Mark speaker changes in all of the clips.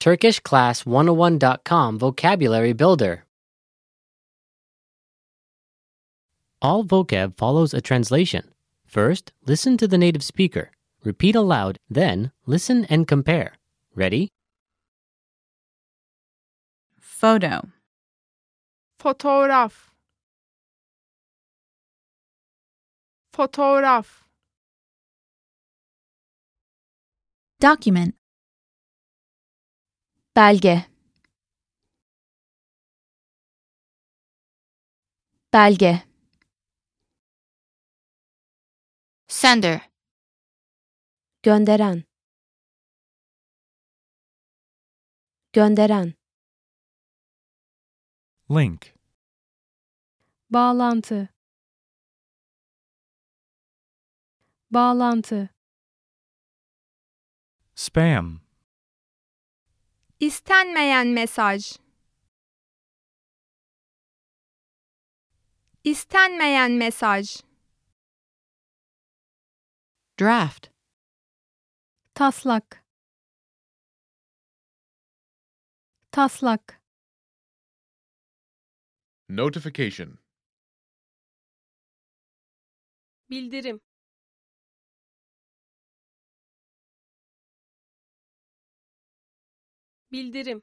Speaker 1: TurkishClass101.com Vocabulary Builder. All vocab follows a translation. First, listen to the native speaker. Repeat aloud, then, listen and compare. Ready?
Speaker 2: Photo.
Speaker 3: Fotoğraf. Fotoğraf.
Speaker 2: Document. Belge. Belge.
Speaker 4: Sender.
Speaker 5: gönderen gönderen
Speaker 6: Link.
Speaker 7: bağlantı bağlantı
Speaker 6: Spam.
Speaker 3: İstenmeyen mesaj. İstenmeyen mesaj.
Speaker 4: Draft.
Speaker 7: taslak taslak
Speaker 8: Notification.
Speaker 9: Bildirim. Bildirim.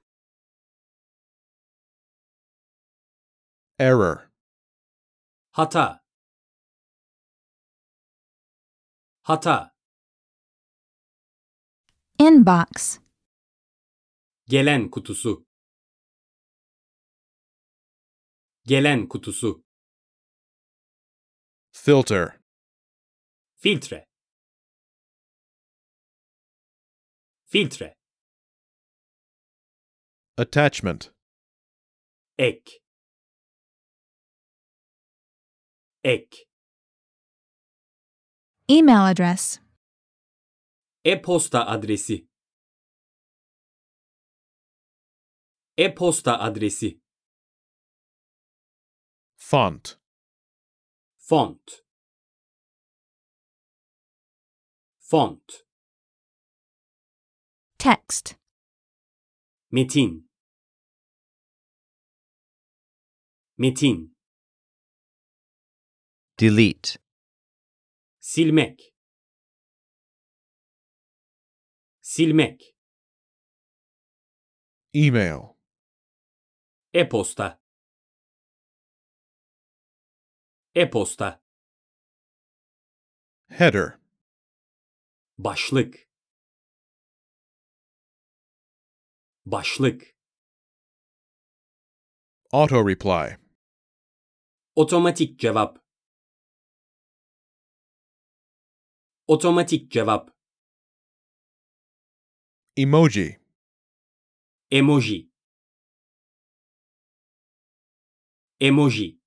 Speaker 8: Error.
Speaker 10: hata hata
Speaker 2: Inbox.
Speaker 10: gelen kutusu gelen kutusu
Speaker 8: Filter.
Speaker 10: filtre filtre
Speaker 8: Attachment.
Speaker 10: ek ek
Speaker 2: Email address.
Speaker 10: e-posta adresi e-posta adresi
Speaker 8: Font.
Speaker 10: font font
Speaker 2: Text.
Speaker 10: Metin Metin
Speaker 11: delete,
Speaker 10: silmek silmek
Speaker 8: Email.
Speaker 10: e-posta e-posta
Speaker 8: Header.
Speaker 10: başlık başlık
Speaker 8: Auto reply.
Speaker 10: otomatik cevap otomatik cevap
Speaker 8: Emoji.
Speaker 10: Emoji. Emoji.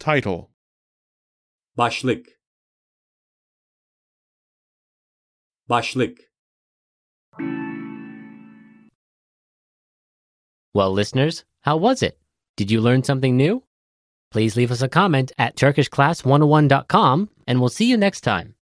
Speaker 8: Title.
Speaker 10: Başlık. Başlık.
Speaker 1: Well, listeners, how was it? Did you learn something oh new? Please leave us a comment at TurkishClass101.com and we'll see you next time.